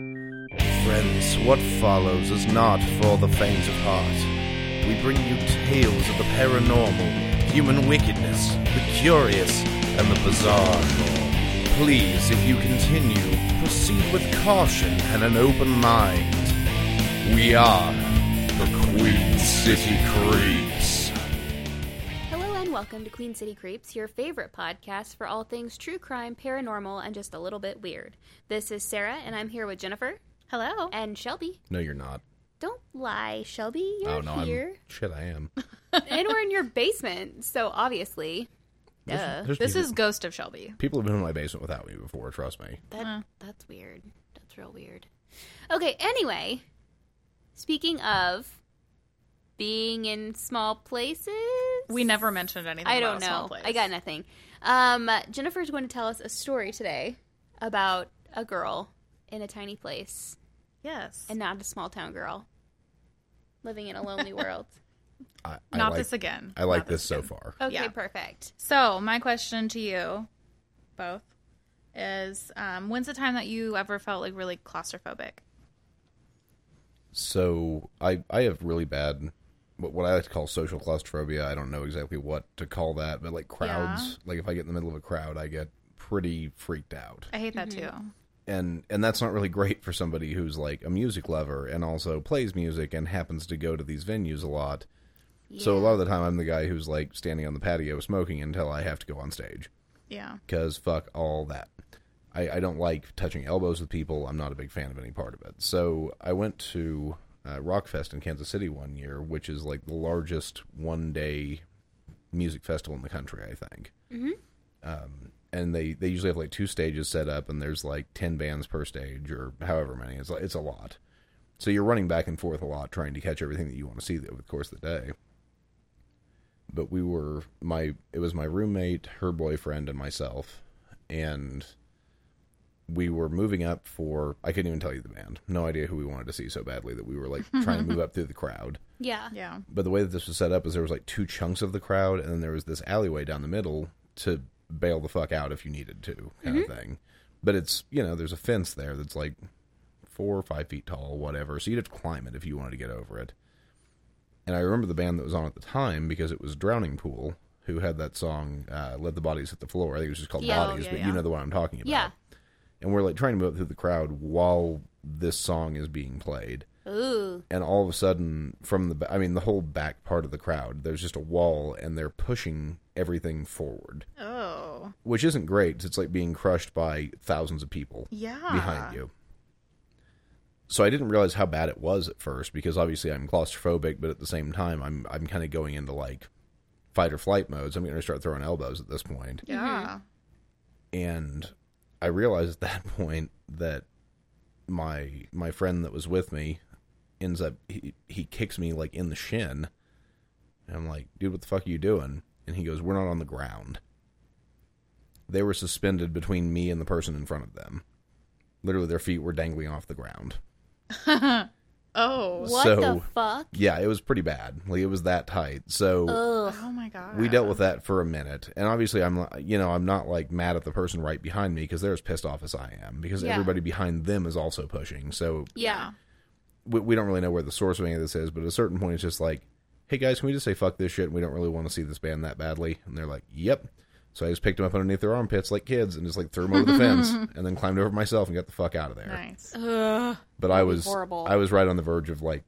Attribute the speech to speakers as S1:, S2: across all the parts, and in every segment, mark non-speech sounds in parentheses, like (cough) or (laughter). S1: Friends, what follows is not for the faint of heart. We bring you tales of the paranormal, human wickedness, the curious, and the bizarre. Please, if you continue, proceed with caution and an open mind. We are the Queen City Creeps.
S2: Hello and welcome to Queen City Creeps, your favorite podcast for all things true crime, paranormal, and just a little bit weird. This is Sarah, and I'm here with Jennifer
S3: Hello.
S2: and Shelby.
S1: No, you're not.
S2: Don't lie, Shelby. You're
S1: oh no, (laughs)
S2: here,
S1: I'm shit. I am.
S2: and we're in your basement, so obviously, uh, duh.
S1: There's
S3: This
S1: people,
S3: is Ghost of Shelby.
S1: people have been in my basement without me before. Trust me.
S2: That, That's weird. That's real weird. Okay, anyway, speaking of being in small places,
S3: We never mentioned anything.
S2: I
S3: about
S2: don't
S3: a small
S2: know.
S3: place.
S2: I got nothing. Um, Jennifer's going to tell us a story today about a girl in a tiny place
S3: Yes.
S2: and not a small town girl living in a (laughs) lonely world.
S1: I, I
S3: not
S1: like,
S3: this again.
S1: I like
S3: Not
S1: this so
S3: again.
S1: far.
S2: Okay,
S3: Yeah.
S2: perfect.
S3: So my question to you, both, is um, when's the time that you ever felt like really claustrophobic?
S1: So I I have really bad what what I like to call social claustrophobia. I don't know exactly what to call that, but like crowds, like if I get in the middle of a crowd, I get pretty freaked out.
S3: I hate that
S2: Mm-hmm.
S3: too.
S1: And and that's not really great for somebody who's like a music lover and also plays music and happens to go to these venues a lot. So a lot of the time I'm the guy who's like standing on the patio smoking until I have to go on stage
S3: Yeah.
S1: because fuck all that. I, I don't like touching elbows with people. I'm not a big fan of any part of it. So I went to uh, Rockfest in Kansas City one year, which is like the largest one day music festival in the country, I think. Mm-hmm. Um, and they, they usually have like two stages set up, and there's like 10 bands per stage or however many. It's, like, it's a lot. So you're running back and forth a lot trying to catch everything that you want to see over the course of the day but we were my it was my roommate, her boyfriend, and myself, and we were moving up for I couldn't even tell you the band. No idea who we wanted to see so badly that we were like trying to move up through the crowd.
S2: Yeah.
S3: Yeah.
S1: But the way that this was set up is there was like two chunks of the crowd, and then there was this alleyway down the middle to bail the fuck out if you needed to, kind
S2: Mm-hmm.
S1: of thing. But it's you know there's a fence there that's like four or five feet tall, whatever. So you'd have to climb it if you wanted to get over it. And I remember the band that was on at the time because it was Drowning Pool, who had that song uh, "Let the Bodies Hit the Floor." I think it was just called
S2: Yeah. Oh,
S1: Bodies,
S3: yeah,
S1: but
S3: yeah.
S1: you know the one I'm talking about.
S2: Yeah.
S1: And we're like trying to move up through the crowd while this song is being played
S2: Ooh.
S1: and all of a sudden from the ba- i mean the whole back part of the crowd there's just a wall and they're pushing everything forward
S3: Oh.
S1: which isn't great 'cause it's like being crushed by thousands of people
S3: Yeah.
S1: behind you so i didn't realize how bad it was at first because obviously i'm claustrophobic but at the same time i'm i'm kind of going into like fight or flight modes i'm going to start throwing elbows at this point
S3: Yeah.
S2: Mm-hmm.
S1: and I realized at that (laughs) point that my my friend that was with me ends up he, he kicks me like in the shin, and I'm like, dude, what the fuck are you doing? And he goes, we're not on the ground. They were suspended between me and the person in front of them. Literally, their feet were dangling off the ground.
S3: Oh.
S2: What
S1: So-
S2: the fuck?
S1: Yeah, it was pretty bad. Like it was that tight. So.
S2: Ugh.
S3: Oh my god.
S1: we dealt with that for a minute and obviously i'm li- you know i'm not like mad at the person right behind me because they're as pissed off as i am because
S2: Yeah.
S1: everybody behind them is also pushing so
S2: Yeah.
S1: we, we don't really know where the source of any of this is but at a certain point it's just like hey guys can we just say fuck this shit we don't really want to see this band that badly and they're like yep so i just picked them up underneath their armpits like kids and just like threw them over the fence and then climbed over myself and got the fuck out of there
S3: Nice.
S2: Oh, Ugh.
S1: but i was
S2: horrible.
S1: i was right on the verge of like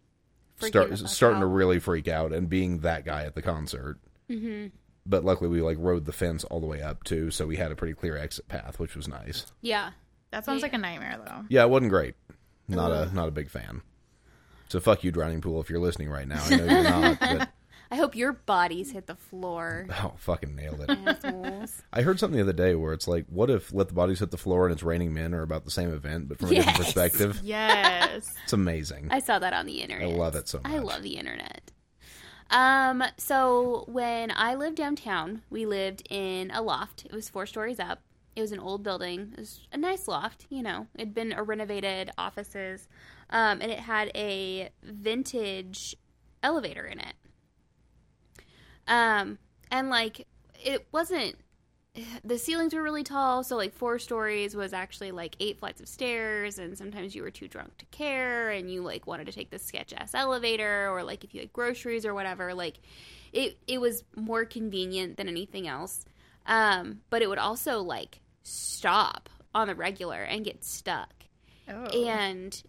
S2: Freaking the
S1: start,
S2: fuck
S1: starting to
S2: out.
S1: really freak out and being that guy at the concert
S2: Mm-hmm.
S1: but luckily we like rode the fence all the way up too, so we had a pretty clear exit path, which was nice.
S2: Yeah.
S3: That sounds like a nightmare though.
S1: Yeah, it wasn't great. Not a not a big fan. So fuck you, drowning pool, if you're listening right now. I know you're
S2: (laughs)
S1: not, but
S2: I hope your bodies hit the (laughs) floor.
S1: oh, fucking nailed it.
S2: assholes.
S1: I heard something the other day where it's like, what if Let the Bodies Hit the Floor and It's Raining Men are about the same event, but from a different
S2: Yes.
S1: perspective?
S3: Yes.
S1: It's amazing.
S2: I saw that on the internet.
S1: I love it so
S2: I
S1: much.
S2: love the internet. Um, so when I lived downtown, we lived in a loft. It was four stories up. It was an old building. It was a nice loft, you know. It'd been a renovated offices, um, and it had a vintage elevator in it. Um, and like it wasn't the ceilings were really tall, so like four stories was actually like eight flights of stairs, and sometimes you were too drunk to care, and you like wanted to take the sketch ass elevator, or like if you had groceries or whatever, like it it was more convenient than anything else. Um, but it would also like stop on the regular and get stuck,
S3: (laughs) Oh.
S2: and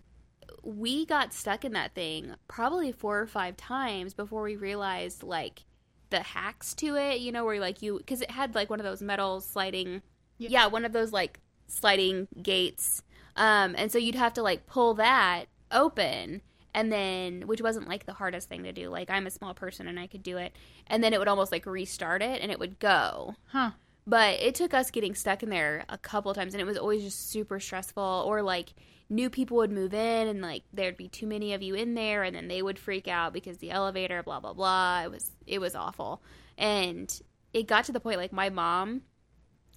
S2: we got stuck in that thing probably four or five times before we realized like the hacks to it, you know, where like you because it had like one of those metal sliding, yeah.
S3: Yeah.
S2: one of those like sliding gates, um, and so you'd have to like pull that open. And then, which wasn't like the hardest thing to do. Like, I'm a small person and I could do it. And then it would almost like restart it and it would go.
S3: huh.
S2: But it took us getting stuck in there a couple times, and it was always just super stressful. Or like new people would move in, and like there'd be too many of you in there, and then they would freak out because the elevator, blah blah blah. It was it was awful, and it got to the point like my mom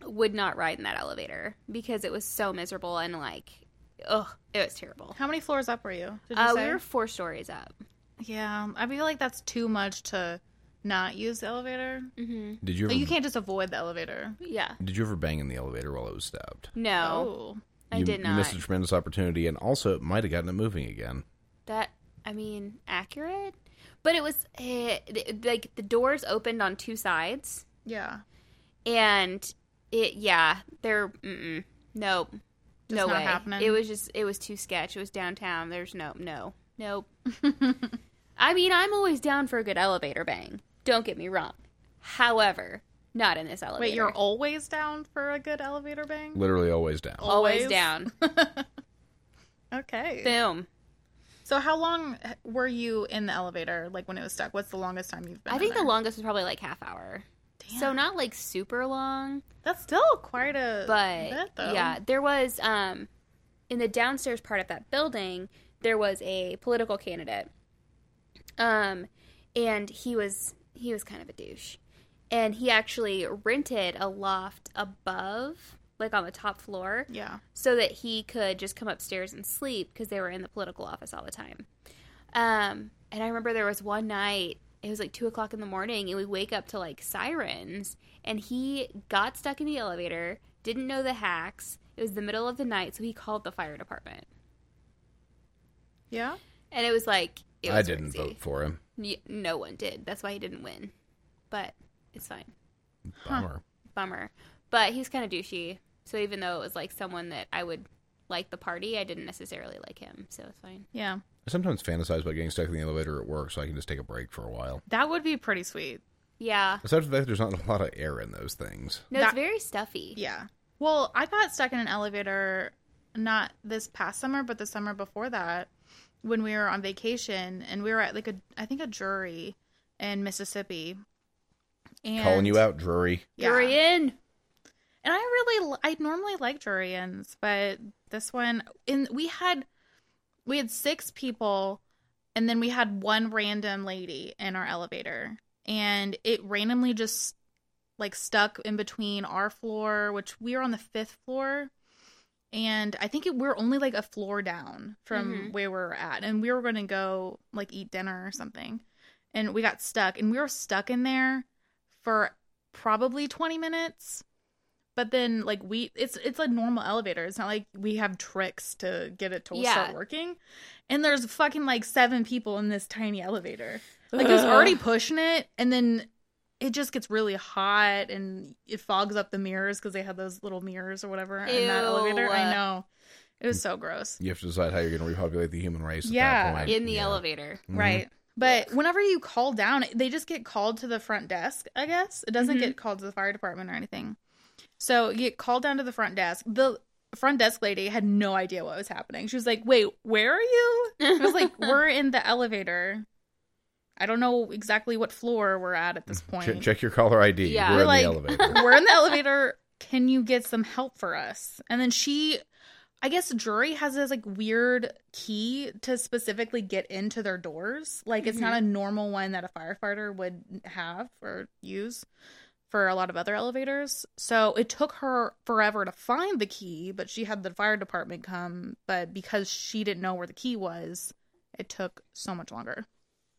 S2: would not ride in that elevator because it was so miserable and like ugh, it was terrible.
S3: How many floors up were you? Did you
S2: Uh, we
S3: say?
S2: were four stories up.
S3: Yeah, I feel like that's too much to not use the elevator.
S2: Mm-hmm.
S1: Did you ever,
S3: Like, you can't just avoid the elevator.
S2: Yeah.
S1: did you ever bang in the elevator while it was stopped?
S2: No,
S3: Oh,
S2: I
S1: you,
S2: did
S1: You missed
S2: not.
S1: a tremendous opportunity, and also it might have gotten it moving again.
S2: That I mean, accurate, but it was eh, th like the doors opened on two sides,
S3: yeah.
S2: and it yeah, they're mm-mm, nope,
S3: Just
S2: no
S3: not
S2: way.
S3: happening?
S2: It was just it was too sketch. It was downtown. There's no no nope.
S3: (laughs)
S2: I mean, I'm always down for a good elevator bang. Don't get me wrong. However, not in this elevator.
S3: Wait, you're always down for a good elevator bang?
S1: Literally always down.
S2: always,
S3: always?
S2: down.
S3: Okay. (laughs)
S2: Boom.
S3: So how long h- were you in the elevator? Like when it was stuck? What's the longest time you've been?
S2: I
S3: in
S2: think the
S3: there?
S2: longest was probably like half hour.
S3: Damn.
S2: So not like super long.
S3: that's still quite a
S2: but
S3: bit, though.
S2: yeah there was um in the downstairs part of that building there was a political candidate um and he was he was kind of a douche and he actually rented a loft above like on the top floor
S3: yeah.
S2: so that he could just come upstairs and sleep because they were in the political office all the time. Um, and I remember there was one night, it was like two o'clock in the morning, and we wake up to like sirens, and he got stuck in the elevator, didn't know the hacks. It was the middle of the night, so he called the fire department.
S3: Yeah.
S2: And it was like, it was
S1: I didn't
S2: crazy.
S1: vote for him.
S2: N- No one did. That's why he didn't win. But it's fine.
S1: Bummer.
S2: Bummer. But he was kind of douchey. So even though it was like someone that I would like the party, I didn't necessarily like him. So it's fine.
S3: Yeah.
S1: I sometimes fantasize about getting stuck in the elevator at work so I can just take a break for a while.
S3: That would be pretty sweet.
S2: Yeah.
S1: Aside from the fact there's not a lot of air in those things.
S2: No, it's
S3: That-
S2: very stuffy.
S3: Yeah. Well, I got stuck in an elevator not this past summer, but the summer before that when we were on vacation and we were at like a I think a jury in Mississippi. And
S1: Calling you out, Drury.
S3: Yeah.
S2: You're in.
S3: And I really l- I normally like jury ends, but this one in we had we had six people and then we had one random lady in our elevator and it randomly just like stuck in between our floor which we were on the fifth floor and i think it, we're only like a floor down from
S2: Mhm.
S3: where we were at and we were going to go like eat dinner or something and we got stuck and we were stuck in there for probably 20 minutes but then like we it's it's a normal elevator it's not like we have tricks to get it to
S2: Yeah.
S3: start working and there's fucking like seven people in this tiny elevator. Like it's already (laughs) pushing it, and then it just gets really hot, and it fogs up the mirrors because they had those little mirrors or whatever in that
S2: Ew.
S3: elevator. I know it was so gross,
S1: You have to decide how you're going to repopulate the human race at
S3: Yeah.
S1: that point.
S2: in the
S3: (laughs)
S1: Yeah.
S2: elevator.
S1: Mhm.
S3: right? But whenever you call down, they just get called to the front desk. I guess it doesn't
S2: Mhm.
S3: get called to the fire department or anything. So you get called down to the front desk. The front desk lady had no idea what was happening. She was like, "Wait, where are you?" I was like, we're in the elevator. I don't know exactly what floor we're at at this point.
S1: Che- Mm-hmm. check your caller ID.
S2: Yeah.
S1: We're
S3: We're
S1: in the
S3: like- (laughs)
S1: elevator.
S3: We're in the elevator. Can you get some help for us? And then she, I guess, jury has this like weird key to specifically get into their doors. Like it's not a normal one that a firefighter would have or use for a lot of other elevators. So it took her forever to find the key, but she had the fire department come. But because she didn't know where the key was, it took so much longer.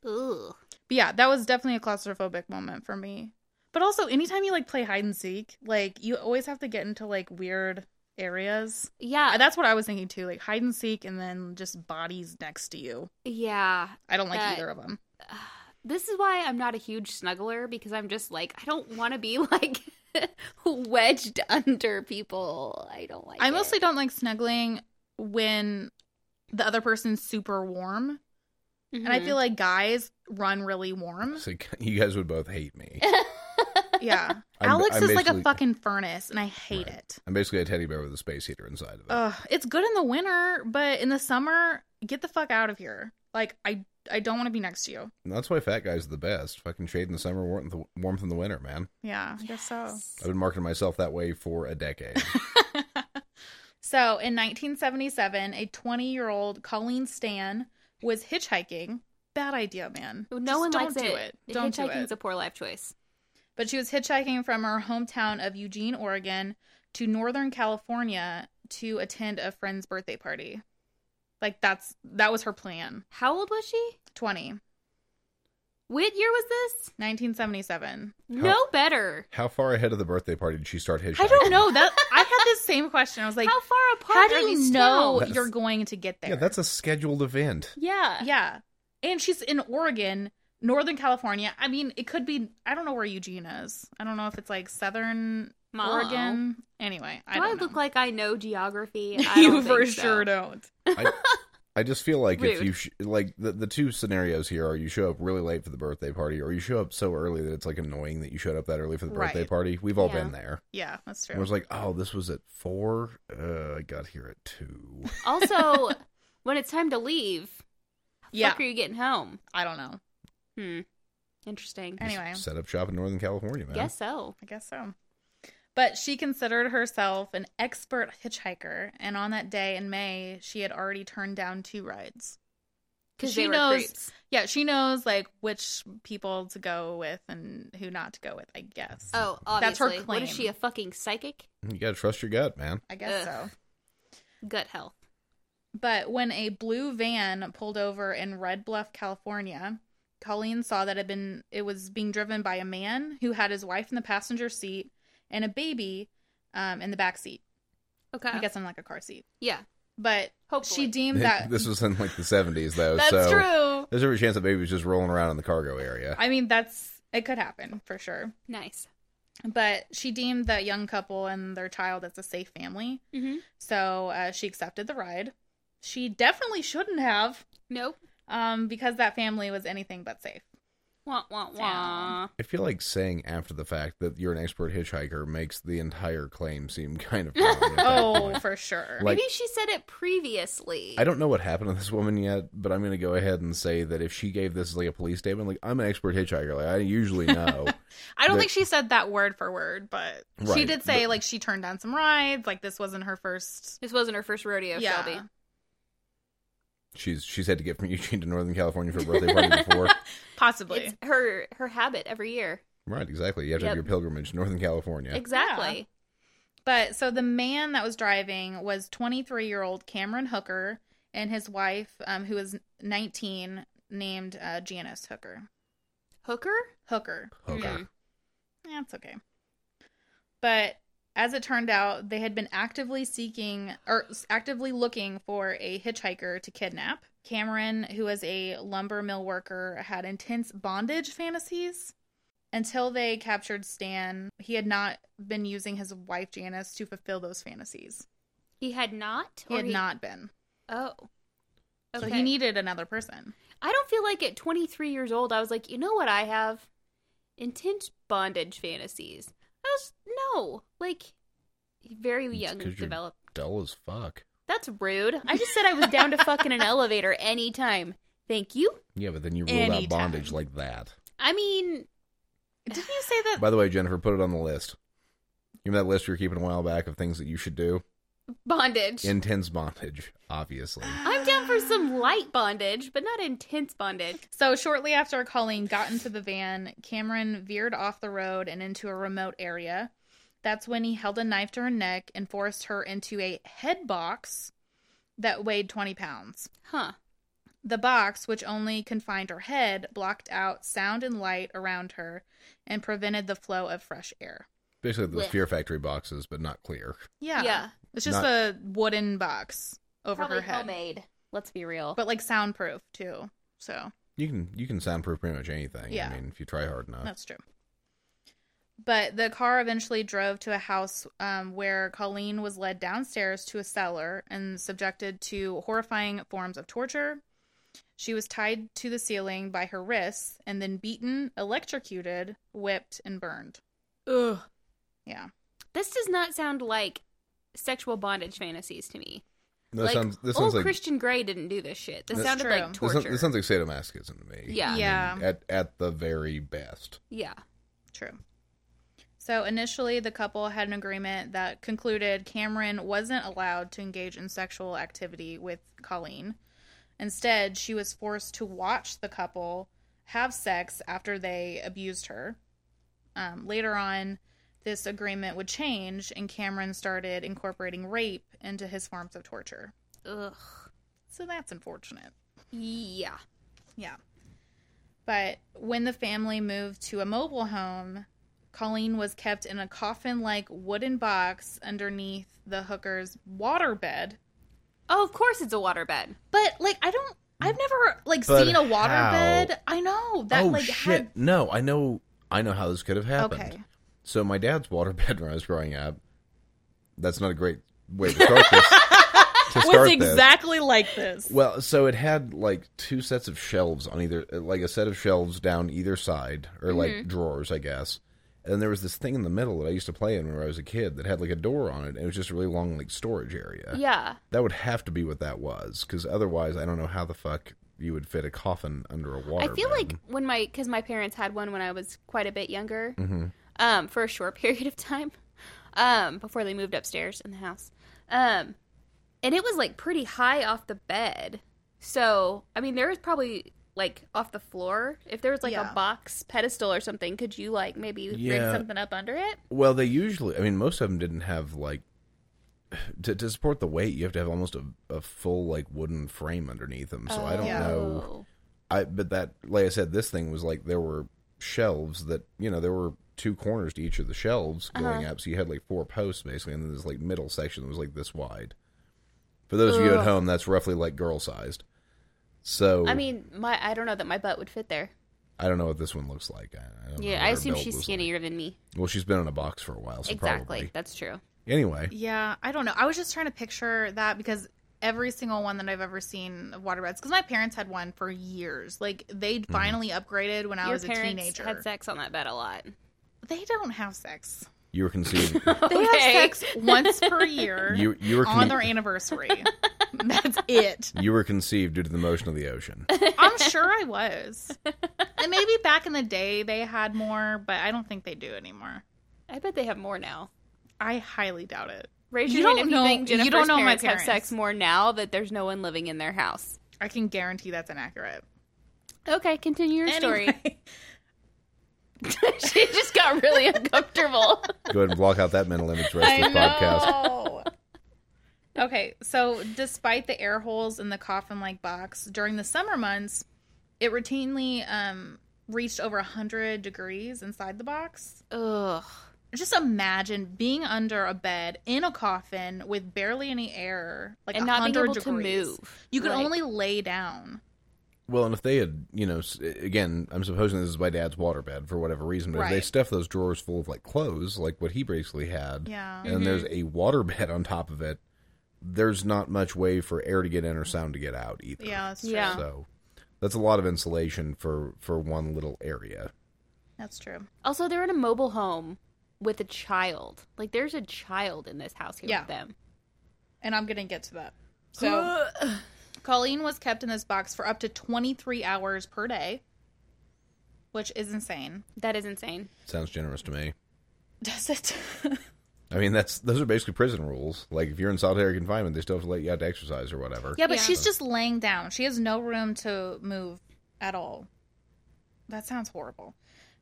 S2: Ooh.
S3: But yeah, that was definitely a claustrophobic moment for me. But also, anytime you like play hide and seek, like you always have to get into like weird areas.
S2: Yeah.
S3: Uh, That's what I was thinking too, like hide and seek, and then just bodies next to you.
S2: yeah.
S3: I don't like
S2: That-
S3: either of them.
S2: This is why I'm not a huge snuggler because I'm just like I don't want to be (laughs) like wedged under people. I don't like.
S3: I
S2: it.
S3: mostly don't like snuggling when the other person's super warm, and I
S2: Mhm.
S3: feel like guys run
S2: (laughs)
S3: really warm.
S1: So (laughs) you guys would both hate me.
S3: Yeah,
S1: I'm-
S3: Alex
S1: I'm
S3: is like a
S1: basically-
S3: fucking furnace, and I hate
S1: Right.
S3: it.
S1: I'm basically a teddy bear with a space heater inside of it.
S3: Ugh, it's good in the winter, but in the summer, get the fuck out of here. Like I, I don't want to be next to you.
S1: And that's why fat guys are the best. Fucking shade in the summer, warmth, warmth in the winter, man.
S3: Yeah, I guess so.
S2: Yes.
S1: I've been marketing myself that way for
S3: (laughs)
S1: a decade.
S3: so in 1977, a 20 year old Colleen Stan was hitchhiking. Bad idea, man.
S2: No
S3: Just
S2: one
S3: don't
S2: likes
S3: do
S2: it.
S3: it. Don't do
S2: Hitchhiking's
S3: it.
S2: a poor life choice.
S3: But she was hitchhiking from her hometown of Eugene, Oregon, to Northern California to attend a friend's birthday party. Like that's that was her plan.
S2: How old was she?
S3: 20,
S2: What year was this?
S3: 1977.
S2: No better.
S1: How far ahead of the birthday party did she start hitchhiking?
S3: I don't know that. I had this same question. I was like,
S2: How far apart?
S3: how do
S2: are
S3: you
S2: these
S3: know (laughs)
S1: towns?
S3: you're going to get there?
S1: Yeah, that's a scheduled event.
S2: towns? Yeah.
S3: yeah. And she's in Oregon, Northern California. I mean, it could be. I don't know where Eugene is. I don't know if it's like Southern
S2: Mom.
S3: Oregon. Anyway, I
S2: Do I,
S3: don't
S2: look
S3: know.
S2: like I know
S3: (laughs)
S2: geography? I
S3: you
S2: don't
S3: for
S2: think so.
S3: sure don't.
S1: I, I just feel like if
S2: Rude.
S1: you sh- like the the two scenarios here are you show up really late for the birthday party or you show up so early that it's like annoying that you showed up that early for the birthday
S3: Right.
S1: party. We've all
S2: Yeah.
S1: been there.
S3: Yeah, that's
S1: It
S3: true.
S1: was like, oh, this was at four. Uh, I got here at two.
S3: (laughs)
S2: Also, when it's time to leave,
S3: Yeah.
S2: fuck are you getting home?
S3: I don't know.
S2: Hmm. Interesting.
S3: And- Anyway.
S1: Just set up shop in Northern California, man.
S2: Guess so.
S3: I guess so. But she considered herself an expert hitchhiker, and on that day in May, she had already turned down two rides.
S2: Because
S3: she
S2: they were
S3: knows-
S2: creeps.
S3: Yeah, she knows like which people to go with and who not to go with. I guess.
S2: Oh,
S3: That's her
S2: obviously. What is
S3: claim.
S2: she, a fucking psychic?
S1: You gotta trust your gut, man.
S3: I guess
S2: Ugh.
S3: so.
S2: Gut health.
S3: But when a blue van pulled over in Red Bluff, California, Colleen saw that it had been it was being driven by a man who had his wife in the passenger seat and a baby um, in the back seat.
S2: Okay.
S3: I guess in like a car seat.
S2: Yeah.
S3: But
S2: Hopefully.
S3: she
S1: (laughs)
S3: deemed that
S1: this was in like the seventies, though.
S3: that's
S1: so
S3: true.
S1: There's every chance the baby was just rolling around in the cargo area.
S3: I mean, that's it could happen for sure.
S2: Nice.
S3: But she deemed that young couple and their child as a safe family,
S2: Mm-hmm.
S3: so uh, she accepted the ride. She definitely shouldn't have,
S2: Nope.
S3: um, because that family was anything but safe.
S2: Wah, wah, wah.
S3: Down.
S1: I feel like saying after the fact that you're an expert hitchhiker makes the entire claim seem (laughs) kind of wrong at that
S3: Oh, (laughs)
S1: point.
S3: for sure.
S1: Like-
S2: Maybe she said it previously.
S1: I don't know what happened to this woman yet, but I'm going to go ahead and say that if she gave this like a police statement, like I'm an expert hitchhiker, like
S3: (laughs)
S1: I usually know.
S3: I don't
S1: that-
S3: think she said that word for word, but she
S1: Right,
S3: did say
S1: but-
S3: like she turned down some rides. Like this wasn't her first.
S2: This wasn't her first rodeo,
S3: Yeah.
S2: Shelby.
S1: she's she's had to get from (laughs) Eugene to Northern California for a birthday party
S3: (laughs)
S1: before.
S3: Possibly.
S2: It's her her habit every year.
S1: right, exactly. You have to have
S2: Yep.
S1: your pilgrimage to Northern California.
S2: Exactly.
S3: But so the man that was driving was 23 year old Cameron Hooker and his wife, um, who was 19, named uh, Janice Hooker.
S2: Hooker?
S3: Hooker.
S1: Hooker.
S2: Yeah.
S3: That's Eh, okay. But as it turned out, they had been actively seeking or s- actively looking for a hitchhiker to kidnap. Cameron, who was a lumber mill worker, had intense bondage fantasies. Until they captured Stan, he had not been using his wife Janice to fulfill those fantasies.
S2: He had not?
S3: He had not been.
S2: Oh.
S3: So
S2: Okay.
S3: he needed another person.
S2: I don't feel like at 23 years old, I was like, you know what I have? Intense bondage fantasies. I was, no. Like, very young
S1: 'cause you're-
S2: developed.
S1: Dull as fuck.
S2: That's rude. I just said I was down to fuck in an elevator anytime. Thank you.
S1: Yeah, but then you ruled out
S3: Anytime.
S1: bondage like that.
S2: I mean,
S3: Didn't you say that?
S1: By the way, Jennifer, put it on the list. You know that list you were keeping a while back of things that you should do?
S2: bondage.
S1: Intense bondage, obviously.
S2: I'm down for some light bondage, but not intense bondage.
S3: So shortly after Colleen got into the van, Cameron veered off the road and into a remote area. That's when he held a knife to her neck and forced her into a head box that weighed 20 pounds.
S2: Huh.
S3: The box, which only confined her head, blocked out sound and light around her and prevented the flow of fresh air.
S1: Basically, the
S2: Blech.
S1: Fear Factory boxes, but not clear.
S3: Yeah.
S2: Yeah.
S3: It's just
S1: Not-
S3: a wooden box over
S2: Probably
S3: her head.
S2: homemade. Let's be real.
S3: But like soundproof too. So
S1: You can you can soundproof pretty much anything.
S3: Yeah.
S1: I mean, if you try hard enough.
S3: That's true. But the car eventually drove to a house um, where Colleen was led downstairs to a cellar and subjected to horrifying forms of torture. She was tied to the ceiling by her wrists and then beaten, electrocuted, whipped, and burned.
S2: Ugh.
S3: Yeah.
S2: This does not sound like sexual bondage fantasies to me.
S1: That
S2: like,
S1: sounds this
S2: old
S1: sounds like
S2: Christian Grey didn't do this shit. This
S1: That's
S2: sounded like
S3: true.
S1: this,
S2: torture.
S1: sounds, this sounds like sadomasochism to me.
S2: Yeah.
S1: I mean,
S3: Yeah.
S1: at at the very best.
S2: yeah.
S3: True. So initially, the couple had an agreement that concluded Cameron wasn't allowed to engage in sexual activity with Colleen. Instead, she was forced to watch the couple have sex after they abused her. Um, later on, this agreement would change, and Cameron started incorporating rape into his forms of torture.
S2: Ugh.
S3: So that's unfortunate.
S2: Yeah.
S3: Yeah. But when the family moved to a mobile home, Colleen was kept in a coffin like wooden box underneath the hooker's waterbed.
S2: Oh, of course it's a waterbed.
S3: But like I don't I've never like
S1: Mm. But
S3: seen a waterbed.
S1: how?
S3: I know. That
S1: oh
S3: like
S1: shit!
S3: had
S1: No, I know I know how this could have happened.
S3: Okay.
S1: So my dad's (laughs) waterbed when I was growing up. That's not a great way to start this. to start
S3: was
S1: this.
S3: exactly like this.
S1: Well, so it had like two sets of shelves on either, like a set of shelves down either side, or like
S2: Mm-hmm.
S1: drawers, I guess. And then there was this thing in the middle that I used to play in when I was a kid that had like a door on it, and it was just a really long like storage area.
S2: Yeah.
S1: That would have to be what that was, because otherwise, I don't know how the fuck you would fit a coffin under a water.
S2: I feel
S1: bed.
S2: like when my because my parents had one when I was quite a bit younger,
S1: Mhm.
S2: um, for a short (laughs) period of time, um, before they moved upstairs in the house, um, and it was like pretty high off the bed. So I mean, there was probably like off the floor. If there was like
S3: Yeah.
S2: a box pedestal or something, could you like maybe rig
S1: Yeah.
S2: something up under it?
S1: Well, they usually, I mean, most of them didn't have like (sighs) to, to support the weight. You have to have almost a, a full like wooden frame underneath them.
S2: Oh,
S1: So Oh, I don't
S3: Yeah.
S1: know. I but that like I said, this thing was like there were shelves that you know there were two corners to each of the shelves
S2: Uh-huh.
S1: going up, so you had like four posts basically, and then this like middle section was like this wide. For those of you at
S2: Ugh.
S1: home, that's roughly like girl sized. So
S2: I mean, my I don't know that my butt would fit there.
S1: I don't know what this one looks like. I, I don't know
S2: Yeah,
S1: what
S2: I
S1: her
S2: assume
S1: build
S2: she's
S1: was
S2: skinnier than me.
S1: Like. Well, she's been in a box for a while, so
S2: exactly,
S1: probably.
S2: that's true.
S1: Anyway,
S3: Yeah, I don't know. I was just trying to picture that because every single one that I've ever seen of waterbeds, because my parents had one for years. Like they
S1: Mm.
S3: finally upgraded when I
S2: Your
S3: was a
S2: parents
S3: teenager.
S2: had sex on that bed a (laughs) lot.
S3: They don't have sex.
S1: you
S2: (laughs)
S1: were conceived.
S3: They
S2: Okay.
S3: have sex once per year
S1: you you were
S3: on
S1: con-
S3: their anniversary. That's it.
S1: you were conceived due to the motion of the ocean.
S3: I'm sure I was. And maybe back in the day they had more, but I don't think they do anymore.
S2: I bet they have more now.
S3: I highly doubt it.
S2: Raise
S3: You
S2: your hand
S3: don't
S2: if you
S3: know-
S2: think
S3: you
S2: Jennifer's
S3: don't know my
S2: parents, have
S3: parents.
S2: sex more now that there's no one living in their house.
S3: I can guarantee that's inaccurate.
S2: Okay, continue your story.
S3: (laughs) Anyway,
S2: (laughs) she just got really uncomfortable.
S1: Go ahead and block out that mental image for the rest of this podcast.
S3: know. okay, so despite the air holes in the coffin like box, during the summer months, it routinely um, reached over 100 degrees inside the box.
S2: (laughs) Ugh.
S3: just imagine being under a bed in a coffin with barely any air, like
S2: and not being
S3: 100
S2: able
S3: degrees.
S2: to move.
S3: You could
S2: Like,
S3: only lay down.
S1: Well, and if they had, you know, s- again, I'm supposing this is my dad's waterbed for whatever reason, but if they
S3: Right.
S1: stuffed those drawers full of like clothes, like what he basically had,
S3: Yeah. Mm-hmm.
S1: and there's a (laughs) waterbed on top of it, there's not much way for air to get in or sound to get out either.
S3: Yeah, that's true.
S2: Yeah.
S1: So that's a lot of insulation for for one little area.
S3: That's true.
S2: Also, they're in a mobile home with a child. Like, there's a child in this house here
S3: Yeah.
S2: with them.
S3: And I'm going to get to that. So,
S2: (sighs)
S3: Colleen was kept in this box for up to 23 hours per day, which is insane.
S2: that is insane.
S1: Sounds generous to me.
S3: Does it?
S2: (laughs)
S1: I mean, that's those are basically prison rules. Like if you're in solitary confinement, they still have to let you out to exercise or whatever.
S3: yeah, but
S2: Yeah.
S3: she's just laying down. She has no room to move at all. That sounds horrible.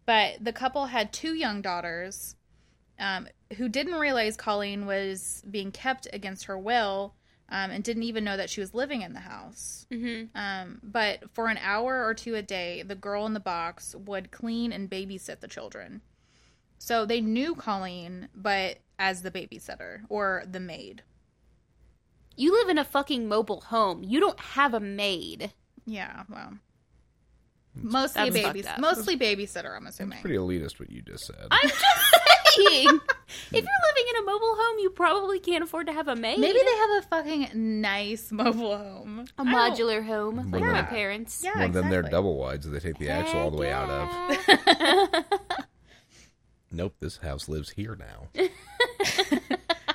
S3: But the couple had two young daughters um, who didn't realize Colleen was being kept against her will um, and didn't even know that she was living in the house.
S2: Mm-hmm.
S3: Um, but for an hour or two a day, the girl in the box would clean and babysit the children. So they knew Colleen, but as the babysitter or the maid.
S2: You live in a fucking mobile home. You don't have a maid.
S3: Yeah, well, mostly
S2: That's fucked
S3: babies,
S2: up.
S3: mostly babysitter. I'm assuming. (laughs)
S1: Pretty elitist what you just said.
S2: I'm just saying. if you're living in a mobile home, you probably can't afford to have a maid.
S3: Maybe they have a fucking nice mobile home.
S2: a
S3: I don't-
S2: modular home like
S1: Yeah.
S2: my parents.
S3: Yeah,
S1: One of them, they're
S3: exactly.
S1: double wides that they take the axle all the way out of.
S3: (laughs)
S1: Nope, this house lives here now. (laughs)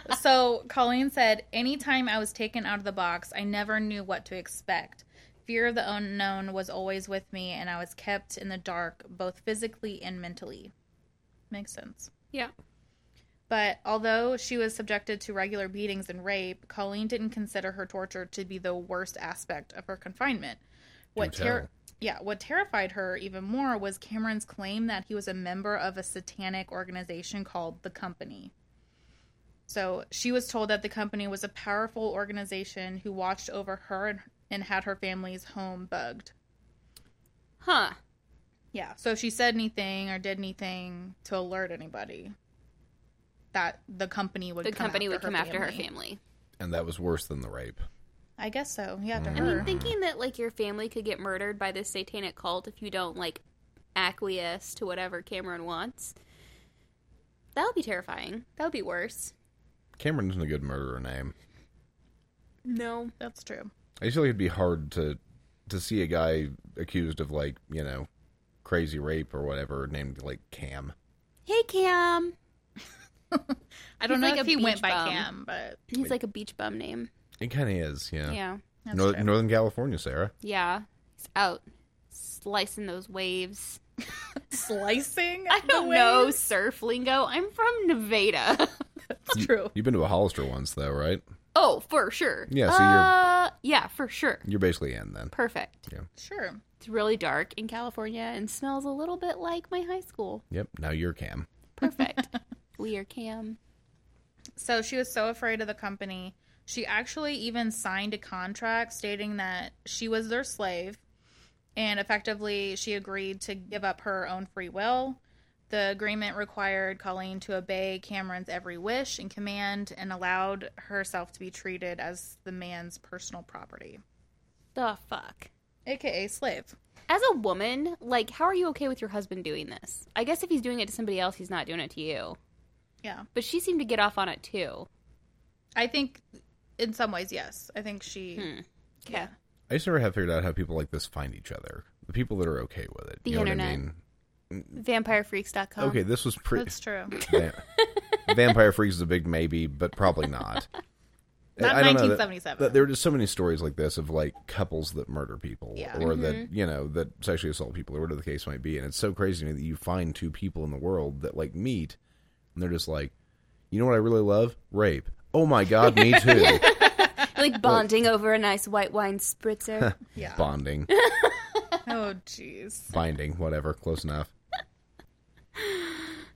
S3: Oh. so Colleen said, Anytime I was taken out of the box, I never knew what to expect. Fear of the unknown was always with me, and I was kept in the dark, both physically and mentally. Makes sense.
S2: yeah.
S3: But although she was subjected to regular beatings and rape, Colleen didn't consider her torture to be the worst aspect of her confinement. What
S1: Do
S3: ter-
S1: tell.
S3: yeah, what terrified her even more was Cameron's claim that he was a member of a satanic organization called the Company. So she was told that the company was a powerful organization who watched over her and, and had her family's home bugged.
S2: Huh.
S3: Yeah. So if she said anything or did anything to alert anybody, that the company would
S2: The
S3: come
S2: company
S3: after
S2: would
S3: her
S2: come after her family.
S1: And that was worse than the rape.
S3: I guess so. Yeah, to
S1: I
S2: I
S3: her.
S2: mean, thinking that like your family could get murdered by this satanic cult if you don't like acquiesce to whatever Cameron wants, that would be terrifying. That would be worse.
S1: Cameron isn't a good murderer name.
S2: No.
S3: That's true.
S1: I just feel like it'd be hard to to see a guy accused of like, you know, crazy rape or whatever named like Cam.
S2: Hey Cam.
S3: I don't
S2: He's
S3: know
S2: like
S3: if
S2: a
S3: he
S2: beach
S3: went by
S2: bum.
S3: Cam, but (laughs)
S2: He's like a beach bum name.
S1: It kinda is, yeah.
S2: Yeah.
S3: that's
S1: Nor-
S3: true.
S1: Northern California, Sarah.
S2: Yeah. He's out slicing those waves. (laughs)
S3: slicing.
S2: I
S3: the
S2: don't know
S3: waves?
S2: surf lingo. I'm from Nevada. (laughs)
S3: That's true.
S1: You've been to a Hollister once though, right?
S2: oh, for sure.
S1: Yeah, so you're-
S2: uh, yeah, for sure.
S1: You're basically in then.
S2: Perfect.
S3: Sure.
S2: It's really dark in California and smells a little bit like my high school.
S1: Yep. Now you're Cam.
S2: (laughs) Perfect. we are Cam.
S3: So she was so afraid of the company. She actually even signed a contract stating that she was their slave and effectively she agreed to give up her own free will. The agreement required Colleen to obey Cameron's every wish and command and allowed herself to be treated as the man's personal property,
S2: The fuck.
S3: aka slave.
S2: As a woman, like, how are you okay with your husband doing this? I guess if he's doing it to somebody else, he's not doing it to you.
S3: Yeah.
S2: But she seemed to get off on it too.
S3: I think in some ways, yes. I think she
S2: Okay.
S3: Yeah.
S1: I just never have figured out how people like this find each other. The people that are okay with it.
S2: The
S1: you know what I
S2: internet. Oh.
S1: mean?
S2: Vampirefreaks.com.
S1: Okay, this was pretty
S3: That's true.
S1: Va- Vampire Freaks is a big maybe, but probably not.
S3: Not
S1: I don't know that-
S3: 1977.
S1: that there are just so many stories like this of like couples that murder people,
S3: Yeah. Mm-hmm.
S1: or that you know that sexually assault people, or whatever the case might be. And it's so crazy to me that you find two people in the world that like meet, and they're just like, you know what I really love? Rape. Oh my god, me too.
S2: Like bonding over a nice white wine
S1: (laughs)
S2: spritzer.
S3: (laughs) Yeah.
S1: Bonding,
S3: Oh, jeez.
S1: binding, whatever, close enough.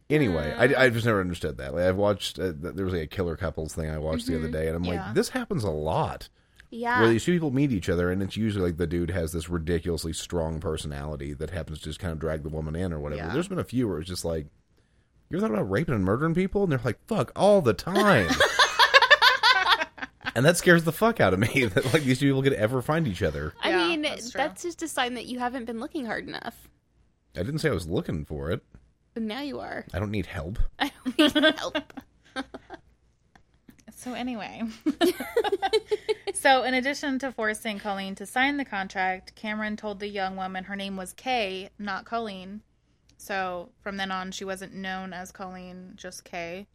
S1: Anyway, I, I just never understood that. Like I've watched uh, there was like a killer couples thing I watched the other day, and I'm
S3: Mm-hmm. Yeah.
S1: like, this happens a lot.
S2: yeah.
S1: where these two people meet each other, and it's usually like the dude has this ridiculously strong personality that happens to just kind of drag the woman in or whatever.
S3: Yeah.
S1: There's been a few where it's just like, you ever thought about raping and murdering people? And they're like, fuck, all
S3: (laughs)
S1: the time. and that scares the fuck out of me (laughs) that like these two people could ever find each other.
S2: I
S3: Yeah,
S2: mean,
S3: that's
S2: that's,
S3: true.
S2: just a sign that you haven't been looking hard enough.
S1: I didn't say I was looking for it.
S2: But now you
S3: (laughs)
S2: are.
S1: I don't need help.
S2: I don't need help. (laughs)
S3: So anyway, so in addition to forcing Colleen to sign the contract, Cameron told the young woman her name was Kay, not Colleen. So from then on, she wasn't known as Colleen, just Kay.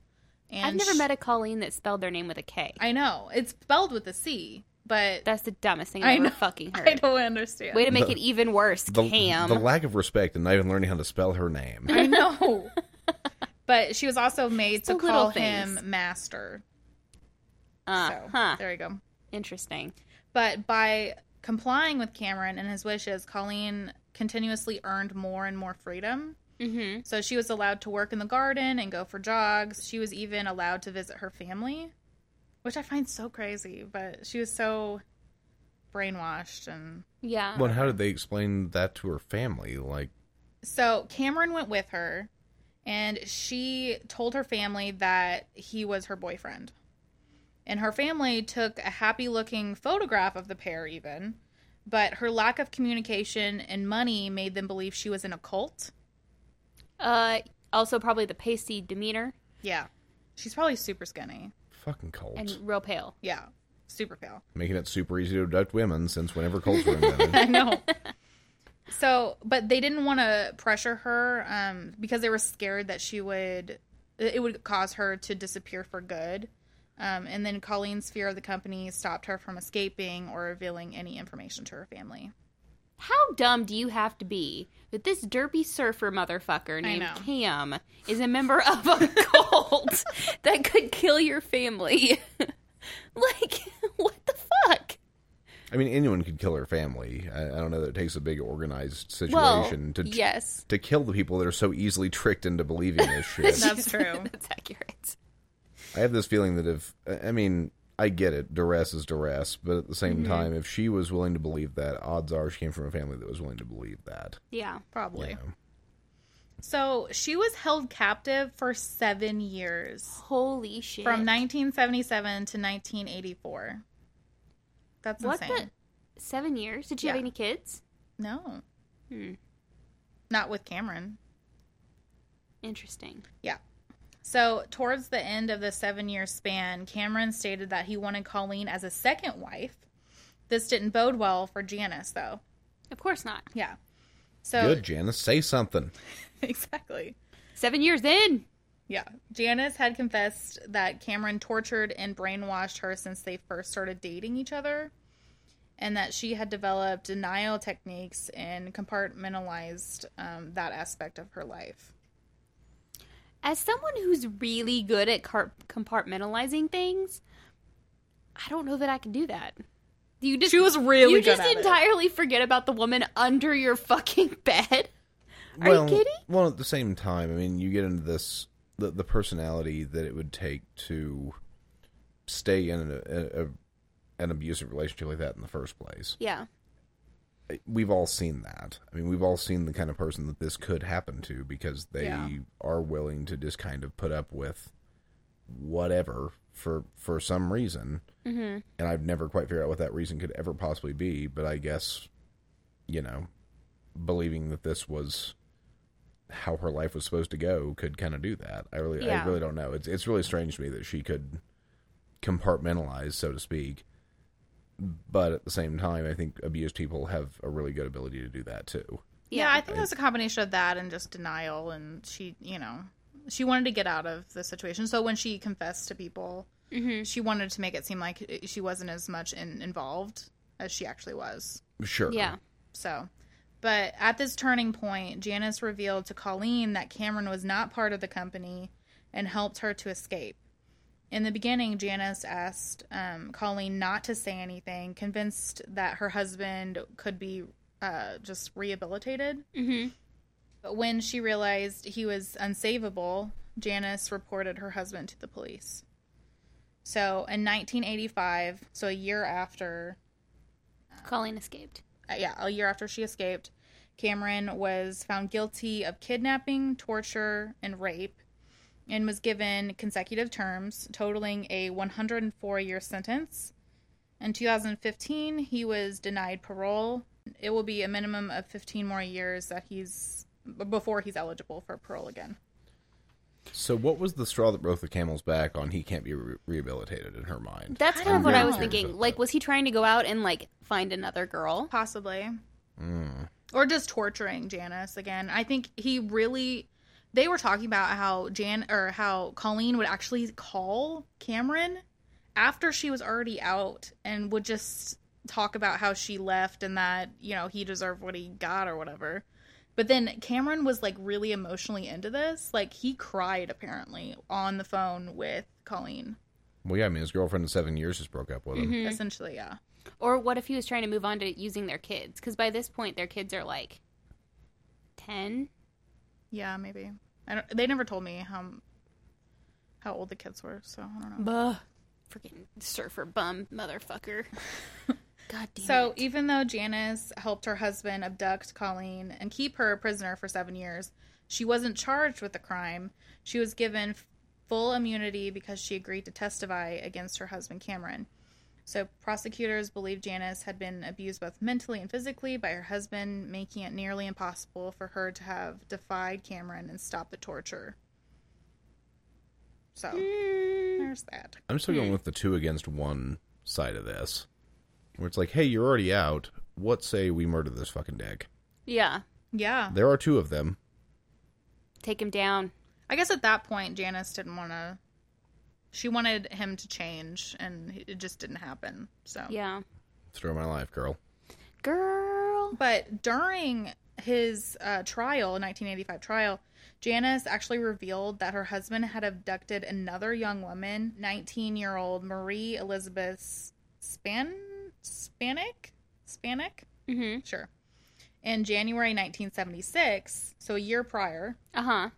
S3: And
S2: I've never
S3: she-
S2: met a Colleen that spelled their name with a K.
S3: I know it's spelled with a C, but
S2: That's the dumbest thing
S3: I
S2: I've ever
S3: know.
S2: fucking
S3: (laughs) I
S2: heard.
S3: don't understand.
S2: Way to make
S1: The-
S2: it even worse,
S1: The,
S2: Cam.
S1: the lack of respect and not even learning how to spell her name.
S2: Uh-uh.
S3: I know. but she was also made
S2: the
S3: to
S2: little
S3: call him
S2: things.
S3: Master.
S2: uh,
S3: So
S2: huh.
S3: there you go.
S2: Interesting.
S3: But by complying with Cameron and his wishes, Colleen continuously earned more and more freedom.
S2: Mm-hmm.
S3: So she was allowed to work in the garden and go for jogs. She was even allowed to visit her family. which I find so crazy. But she was so brainwashed, and
S2: Yeah.
S1: Well, and how did they explain that to her family? Like,
S3: so Cameron went with her, and she told her family that he was her boyfriend, and her family took a happy-looking photograph of the pair, even. But her lack of communication and money made them believe she was in a cult.
S2: Uh, also probably the pasty demeanor
S3: Yeah, she's probably super skinny.
S1: fucking cult.
S2: and real pale.
S3: Yeah, super pale.
S1: Making it super easy to abduct women since whenever cults were
S2: (laughs)
S1: invented.
S3: I know. So, but they didn't want to pressure her um, because they were scared that she would, it would cause her to disappear for good. Um, and then Colleen's fear of the company stopped her from escaping or revealing any information to her family.
S2: How dumb do you have to be that this derpy surfer motherfucker named
S3: know.
S2: Cam is a member of a (laughs) cult that could kill your family? (laughs) like, (laughs) what the fuck?
S1: I mean, anyone could kill her family. I, I don't know that it takes a big organized
S2: Well,
S1: situation to
S2: yes,
S1: to kill the people that are so easily tricked into
S2: (laughs)
S1: believing this shit.
S3: That's true.
S2: that's accurate.
S1: I have this feeling that if I I mean, I get it, duress is duress, but at the same
S2: Mm-hmm.
S1: time, if she was willing to believe that, odds are she came from a family that was willing to believe that.
S2: Yeah.
S1: you
S3: Probably.
S1: know.
S3: So she was held captive for seven years
S2: Holy shit.
S3: from 1977 to 1984. That's
S2: what
S3: insane.
S2: the seven years? Did she have
S3: Yeah.
S2: any kids?
S3: No,
S2: Hmm.
S3: not with Cameron.
S2: Interesting.
S3: Yeah. So, towards the end of the seven year span, Cameron stated that he wanted Colleen as a second wife. This didn't bode well for Janice, though.
S2: Of course not.
S3: Yeah. So,
S1: Good, Janice, say something.
S3: (laughs) exactly.
S2: Seven years in.
S3: Yeah. Janice had confessed that Cameron tortured and brainwashed her since they first started dating each other, and that she had developed denial techniques and compartmentalized um, that aspect of her life.
S2: as someone who's really good at car- compartmentalizing things, I don't know that I can do that. You just
S3: She was really
S2: you
S3: good
S2: just
S3: at it.
S2: entirely forget about the woman under your fucking (laughs) bed. Are
S1: well,
S2: you kidding?
S1: Well, at the same time, I mean, you get into this the, the personality that it would take to stay in an, a, a, an abusive relationship like that in the first place.
S2: Yeah,
S1: We've all seen that. I mean, we've all seen the kind of person that this could happen to because they
S3: Yeah.
S1: are willing to just kind of put up with whatever for for some reason. Mm-hmm. And I've never quite figured out what that reason could ever possibly be, but I guess you know, believing that this was how her life was supposed to go could kind of do that. I really, I
S2: Yeah.
S1: really don't know. It's it's really strange to me that she could compartmentalize, so to speak. But at the same time, I think abused people have a really good ability to do that too.
S3: Yeah,
S2: yeah.
S3: I think it was a combination of that and just denial. And she, you know, she wanted to get out of the situation. So when she confessed to people, she wanted to make it seem like she wasn't as much in, involved as she actually was.
S1: Sure.
S2: yeah.
S3: So, but at this turning point, Janice revealed to Colleen that Cameron was not part of the company and helped her to escape. In the beginning, Janice asked um, Colleen not to say anything, convinced that her husband could be uh, just rehabilitated.
S2: hmm
S3: But when she realized he was unsavable, Janice reported her husband to the police. So in 1985, so a year after,
S2: Colleen escaped.
S3: uh, yeah, a year after she escaped, Cameron was found guilty of kidnapping, torture, and rape, and was given consecutive terms, totaling a 104 year sentence. In 2015, he was denied parole. It will be a minimum of 15 more years that he's b- before he's eligible for parole again.
S1: So, what was the straw that broke the camel's back on? He can't be re- rehabilitated in her mind.
S2: That's
S3: I
S2: kind of
S3: don't
S2: what I
S3: know.
S2: was thinking. Like, was he trying to go out and like find another girl?
S3: Possibly.
S1: Mm.
S3: or just torturing Janice again. I think he really they were talking about how Jan or how Colleen would actually call Cameron after she was already out and would just talk about how she left and that, you know, he deserved what he got or whatever. But then Cameron was like really emotionally into this. Like he cried apparently on the phone with Colleen.
S1: Well, yeah. I mean, his girlfriend in seven years just broke up with him.
S3: Essentially, yeah.
S2: Or what if he was trying to move on to using their kids? Because by this point, their kids are like ten.
S3: Yeah, maybe. I don't they never told me how how old the kids were, so I don't know.
S2: Bah. freaking surfer bum motherfucker. God damn
S3: So
S2: it.
S3: even though Janice helped her husband abduct Colleen and keep her a prisoner for seven years, she wasn't charged with the crime. She was given f- full immunity because she agreed to testify against her husband Cameron. So prosecutors believe Janice had been abused both mentally and physically by her husband, making it nearly impossible for her to have defied Cameron and stopped the torture. So there's that.
S1: I'm still
S3: Hmm.
S1: going with the two against one side of this, where it's like, hey, you're already out. What say we murder this fucking dick?
S2: yeah,
S3: Yeah.
S1: There are two of them.
S2: take him down.
S3: I guess at that point, Janice didn't want to. She wanted him to change, and it just didn't happen. So,
S2: Yeah,
S1: Throw my life, girl.
S2: girl.
S3: But during his uh, trial, 1985 trial, Janice actually revealed that her husband had abducted another young woman, 19 year old Marie Elizabeth Span Spanic Spanic,
S2: Mm-hmm.
S3: sure, in January 1976, so a year prior.
S2: Uh huh.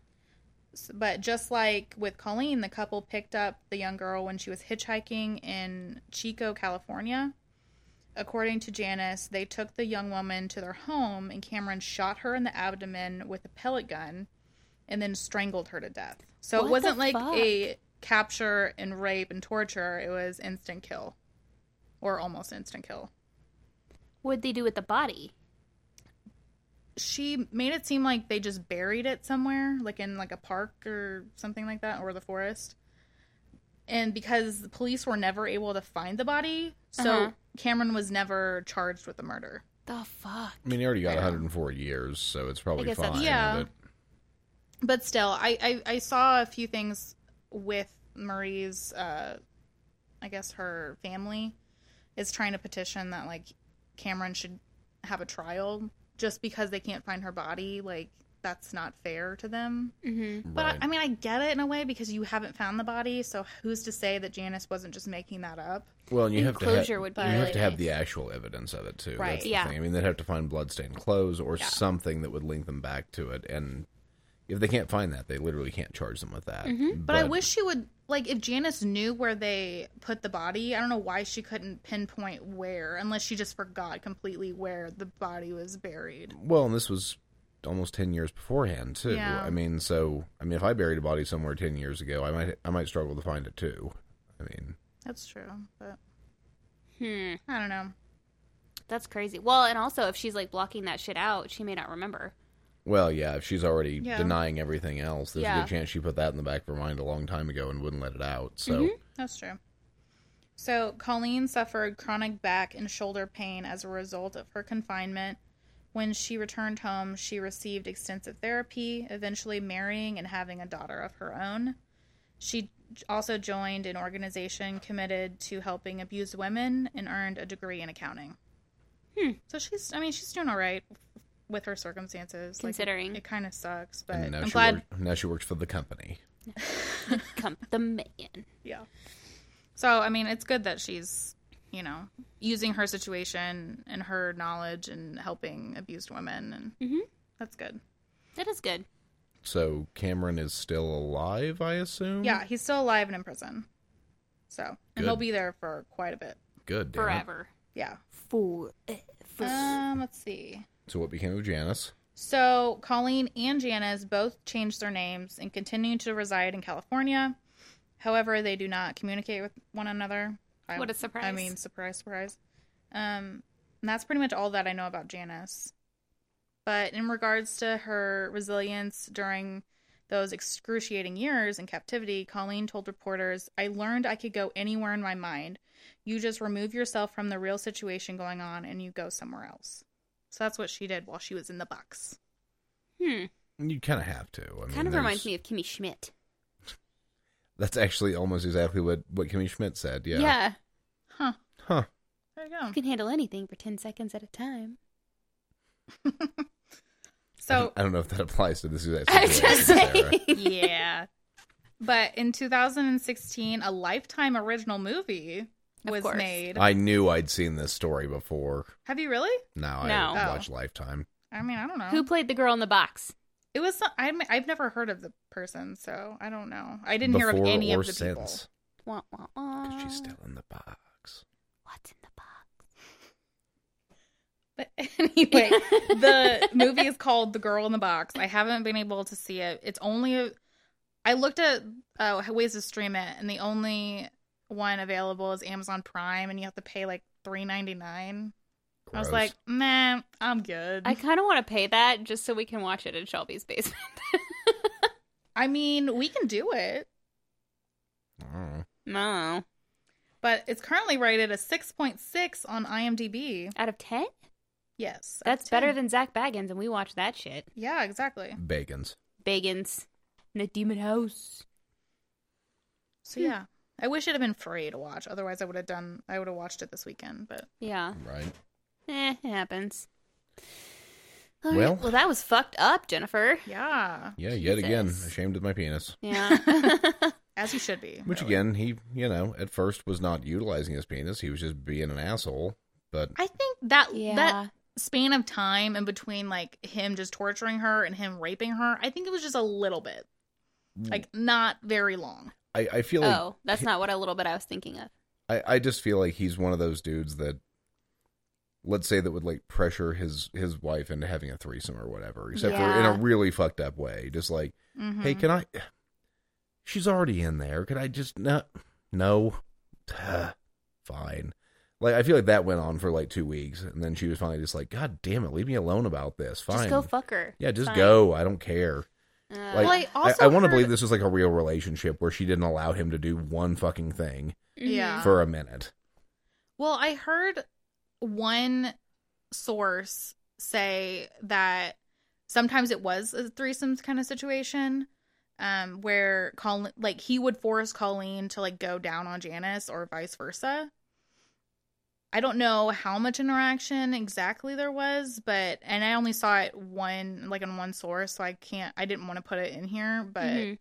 S3: S- But just like with Colleen, the couple picked up the young girl when she was hitchhiking in Chico, California. According to Janice, they took the young woman to their home and Cameron shot her in the abdomen with a pellet gun and then strangled her to death. So
S2: What
S3: it
S2: the
S3: wasn't like
S2: fuck?
S3: a capture and rape and torture, it was instant kill or almost instant kill.
S2: What'd they do with the body?
S3: She made it seem like they just buried it somewhere, like in like a park or something like that, or the forest. And because the police were never able to find the body, so
S2: Uh-huh.
S3: Cameron was never charged with the murder.
S2: The fuck.
S1: I mean, he already got 104 years, so it's probably
S2: guess that's-
S1: fine.
S3: yeah.
S1: but-
S3: But still, I I, I saw a few things with Marie's, uh, I guess her family is trying to petition that like Cameron should have a trial just because they can't find her body. Like that's not fair to them.
S2: Mm-hmm.
S3: But
S1: right.
S3: I, I mean, I get it in a way because you haven't found the body. So who's to say that Janice wasn't just making that up?
S1: well, and you
S2: And
S1: have to
S2: closure
S1: ha-
S2: would be
S1: you have
S2: really
S1: to have
S2: nice.
S1: the actual evidence of it too.
S3: Right.
S1: That's the
S2: Yeah.
S1: thing. I mean, they'd have to find bloodstained clothes or something that would link them back to it. And if they can't find that, they literally can't charge them with that.
S3: Mm-hmm. But, I wish she would like if Janice knew where they put the body. I don't know why she couldn't pinpoint where, unless she just forgot completely where the body was buried.
S1: Well, and this was almost 10 years beforehand too.
S3: Yeah.
S1: I mean, so I mean, if I buried a body somewhere 10 years ago, I might I might struggle to find it too. I mean,
S3: That's true, but
S2: Hmm.
S3: I don't know.
S2: That's crazy. Well, and also if she's like blocking that shit out, she may not remember.
S1: well, yeah, if she's already
S3: Yeah.
S1: denying everything else, there's a
S2: Yeah.
S1: good chance she put that in the back of her mind a long time ago and wouldn't let it out. So
S3: That's true. So, Colleen suffered chronic back and shoulder pain as a result of her confinement. When she returned home, she received extensive therapy, eventually marrying and having a daughter of her own. She also joined an organization committed to helping abused women and earned a degree in accounting.
S2: Hmm.
S3: So she's, I mean, she's doing all right with her circumstances. Like,
S2: Considering.
S3: it kind of sucks, but
S1: and now
S3: I'm
S1: she
S3: glad
S1: work- now she works for the company.
S2: (laughs) Come the man.
S3: Yeah. So, I mean, it's good that she's, you know, using her situation and her knowledge and helping abused women. And
S2: Mhm.
S3: that's good.
S2: That is good.
S1: So Cameron is still alive, I assume.
S3: Yeah, he's still alive and in prison. So, and he'll
S1: Good.
S3: be there for quite a bit.
S1: Good. damn it.
S2: Forever.
S3: Yeah.
S2: Forever.
S3: Um, let's see.
S1: So what became of Janice?
S3: So, Colleen and Janice both changed their names and continue to reside in California. However, they do not communicate with one another. I-
S2: What a surprise.
S3: I mean, surprise, surprise. Um, and that's pretty much all that I know about Janice. But in regards to her resilience during those excruciating years in captivity, Colleen told reporters, I learned I could go anywhere in my mind. You just remove yourself from the real situation going on and you go somewhere else. So that's what she did while she was in the box.
S2: hmm.
S1: You kind of have to. I mean,
S2: Kind of
S1: there's-
S2: reminds me of Kimmy Schmidt.
S1: That's actually almost exactly what what Kimmy Schmidt said. Yeah.
S2: yeah.
S3: Huh.
S1: Huh.
S3: There you
S2: You
S3: go.
S2: can handle anything for ten seconds at a time.
S1: I
S3: (laughs) So
S1: don't- I don't know if that (laughs) applies to this exact
S2: I'm
S1: situation.
S2: just saying.
S3: yeah. But in 2016, a Lifetime original movie
S2: Of
S3: was
S2: course.
S3: made.
S1: Sarah. I knew I'd seen this story before.
S3: Have you really?
S1: Now
S2: No.
S1: I
S3: Oh.
S1: watch Lifetime.
S3: I mean, I don't know.
S2: Who played the girl in the box?
S3: it was. some- I'm, I've never heard of the person, so I don't know. I didn't hear of
S1: Before
S3: any
S1: or
S3: of the people.
S1: since.
S2: Wah, wah, wah.
S1: 'Cause she's still in the box.
S2: What's in the box?
S3: But (laughs) anyway, the movie is called The Girl in the Box. I haven't been able to see it. It's only a, I looked at uh, ways to stream it, and the only one available is Amazon Prime, and you have to pay like three ninety nine. I was
S1: Gross.
S3: like, nah, I'm good.
S2: I kind of want to pay that just so we can watch it in Shelby's basement. (laughs)
S3: I mean, we can do it,
S1: I don't know.
S2: no.
S3: but it's currently rated a six point six on IMDb.
S2: Out of 10?
S3: Yes,
S2: That's
S3: that's
S2: better
S3: 10.
S2: than Zach Baggins, and we watched that shit.
S3: yeah, exactly.
S1: Bacon's.
S2: Baggins in a demon house.
S3: So yeah, I wish it had been free to watch. Otherwise, I would have done. I would have watched it this weekend, but.
S2: Yeah.
S1: Right.
S2: Eh, it happens. All right.
S1: Well-
S2: well, that was fucked up, Jennifer.
S3: Yeah,
S1: Yeah, yet again,
S2: Jesus.
S1: ashamed of my penis.
S2: (laughs) Yeah.
S3: as you should be.
S1: Which
S3: really.
S1: again, he, you know, at first was not utilizing his penis. He was just being an asshole. But
S3: I think that
S2: yeah.
S3: that span of time in between like him just torturing her and him raping her, I think it was just a little bit. Like not very long.
S1: I, I feel like
S2: oh, that's not what a little bit I was thinking of.
S1: I, I just feel like he's one of those dudes that let's say that would like pressure his his wife into having a threesome or whatever except for in a
S2: Yeah. Mm-hmm.
S1: really fucked up way just like
S3: Mhm.
S1: hey can i she's already in there could i just no no fine like i feel like that went on for like two weeks and then she was finally just like god damn it leave me alone about this fine
S2: Just go fuck her.
S1: yeah just
S2: Fine.
S1: go i don't care
S2: Uh,
S1: like
S3: Well, I
S1: i,
S3: also
S1: I want to
S3: heard-
S1: believe this was like a real relationship where she didn't allow him to do one fucking thing
S2: mm-hmm.
S3: Yeah.
S2: Uh,
S1: for a minute
S3: Well, I heard one source say that sometimes it was a threesomes kind of situation um where Colin like he would force Colleen to like go down on Janice or vice versa. I don't know how much interaction exactly there was, but and I only saw it one like in one source, so I can't I didn't want to put it in here, but
S2: Mhm.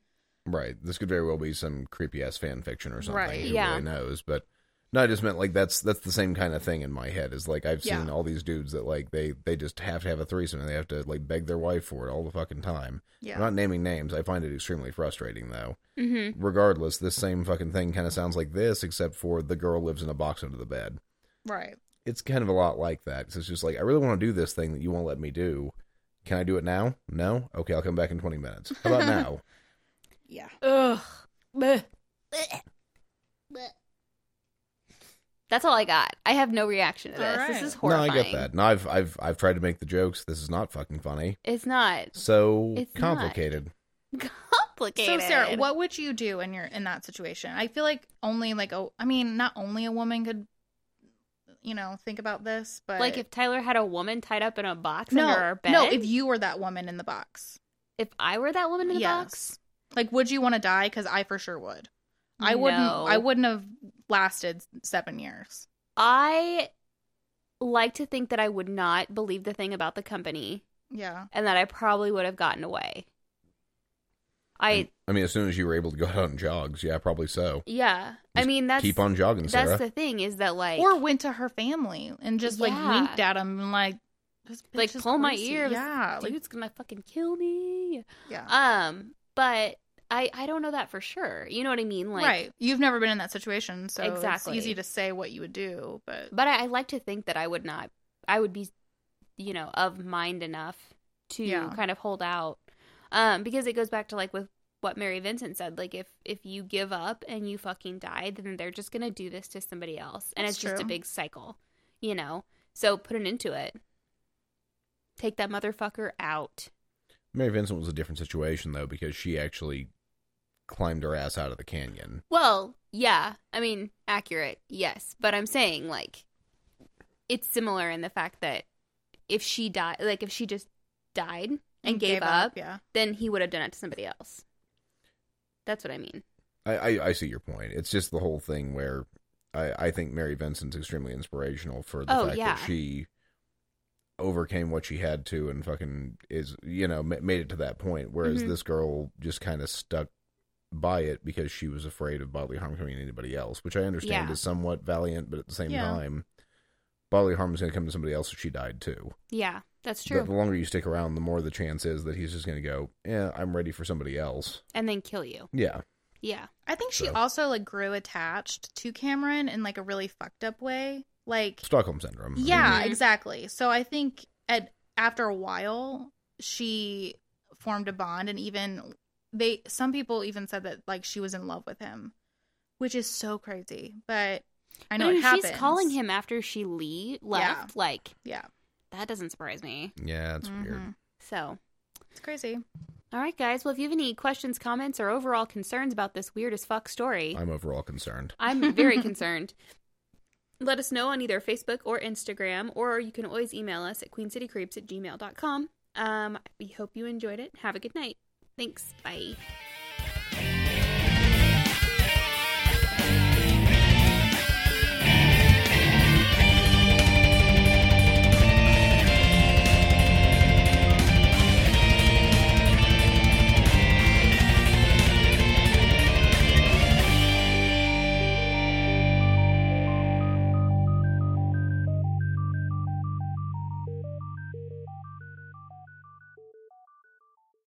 S1: Right. This could very well be some creepy ass fan fiction or something.
S3: Right.
S1: Who
S2: Yeah.
S1: really knows? But no, I just meant like that's that's the same kind of thing in my head. Is like I've seen
S3: Yeah.
S1: all these dudes that like they they just have to have a threesome and they have to like beg their wife for it all the fucking time.
S3: yeah.
S1: I'm not naming names. I find it extremely frustrating though.
S2: Mhm.
S1: Regardless, this same fucking thing kind of sounds like this, except for the girl lives in a box under the bed.
S3: right.
S1: It's kind of a lot like that. 'cause it's just like I really want to do this thing that you won't let me do. Can I do it now? No. Okay, I'll come back in 20 minutes.
S3: (laughs)
S1: How about now?
S3: Yeah.
S2: Ugh. Bleh. That's all I got. I have no reaction to
S3: All
S2: this. This
S3: right.
S2: is horrifying.
S1: No, I get that. No, I've I've I've tried to make the jokes. This is not fucking funny.
S2: It's not
S1: So
S2: It's not.
S1: complicated.
S2: complicated.
S3: So Sarah, what would you do in your in that situation? I feel like only like a I mean, not only a woman could you know, think about this, but
S2: Like if Tyler had a woman tied up in a box
S3: no,
S2: under our bed.
S3: no, if you were that woman in the box.
S2: if I were that woman in the
S3: Yes.
S2: box,
S3: Like would you want to die cuz I for sure would. I wouldn't
S2: No.
S3: I wouldn't have lasted 7 years.
S2: I like to think that I would not believe the thing about the company
S3: Yeah.
S2: and that I probably would have gotten away. I
S1: I mean, as soon as you were able to go out on jogs, yeah, probably so.
S2: yeah. I
S1: Just
S2: mean that's
S1: Keep on jogging,
S2: that's
S1: Sarah.
S2: the thing is that like
S3: or went to her family and just
S2: Yeah.
S3: like winked at him and like this bitch
S2: Like,
S3: is
S2: pull my
S3: crazy.
S2: ears,
S3: Yeah. Like,
S2: dude's gonna fucking kill me.
S3: yeah.
S2: Um, but I I don't know that for sure. You know what I mean? Like
S3: right. You've never been in that situation, so
S2: Exactly.
S3: it's easy to say what you would do, but
S2: but I, I like to think that I would not I would be you know of mind enough to
S3: Yeah.
S2: kind of hold out um because it goes back to like with what Mary Vincent said like if if you give up and you fucking die then they're just going to do this to somebody else and
S3: That's
S2: it's just a
S3: true.
S2: big cycle you know so put an end to it take that motherfucker out
S1: Mary Vincent was a different situation though because she actually climbed her ass out of the canyon.
S2: well yeah i mean accurate yes but i'm saying like it's similar in the fact that if she died like if she just died and, gave, up
S3: Yeah.
S2: then he would have done it to somebody else. That's what I mean.
S1: I, I I see your point. It's just the whole thing where I I think Mary Vincent's extremely inspirational for the
S2: Oh,
S1: fact
S2: yeah.
S1: that she overcame what she had to and fucking is you know ma- made it to that point whereas
S2: Mhm.
S1: this girl just kind of stuck by it because she was afraid of bodily harm coming to anybody else which i understand
S2: Yeah.
S1: is somewhat valiant but at the same
S3: Yeah.
S1: time bodily harm is going to come to somebody else if she died too
S2: Yeah, that's
S1: But the longer you stick around the more the chance is that he's just going to go yeah i'm ready for somebody else
S2: And then kill you.
S1: yeah
S2: Yeah.
S3: I think she
S1: So-
S3: also like grew attached to Cameron in like a really fucked up way. Like
S1: Stockholm syndrome. I mean,
S3: Yeah,
S2: Mhm.
S3: exactly. So I think at after a while she formed a bond and even they some people even said that like she was in love with him, which is so crazy. But I know
S2: But
S3: it
S2: if
S3: happens.
S2: she's calling him after she le- left. Like
S3: Yeah.
S2: that doesn't surprise me.
S1: yeah, it's weird.
S3: Mhm.
S2: So,
S3: It's crazy.
S2: all right, guys. Well, if you have any questions, comments, or overall concerns about this weird as fuck story,
S1: I'm overall concerned.
S2: I'm very concerned. Let us know on either Facebook or Instagram, or you can always email us at queencitycreeps at gmail.com. Um, we hope you enjoyed it. Have a good night. Thanks. Bye.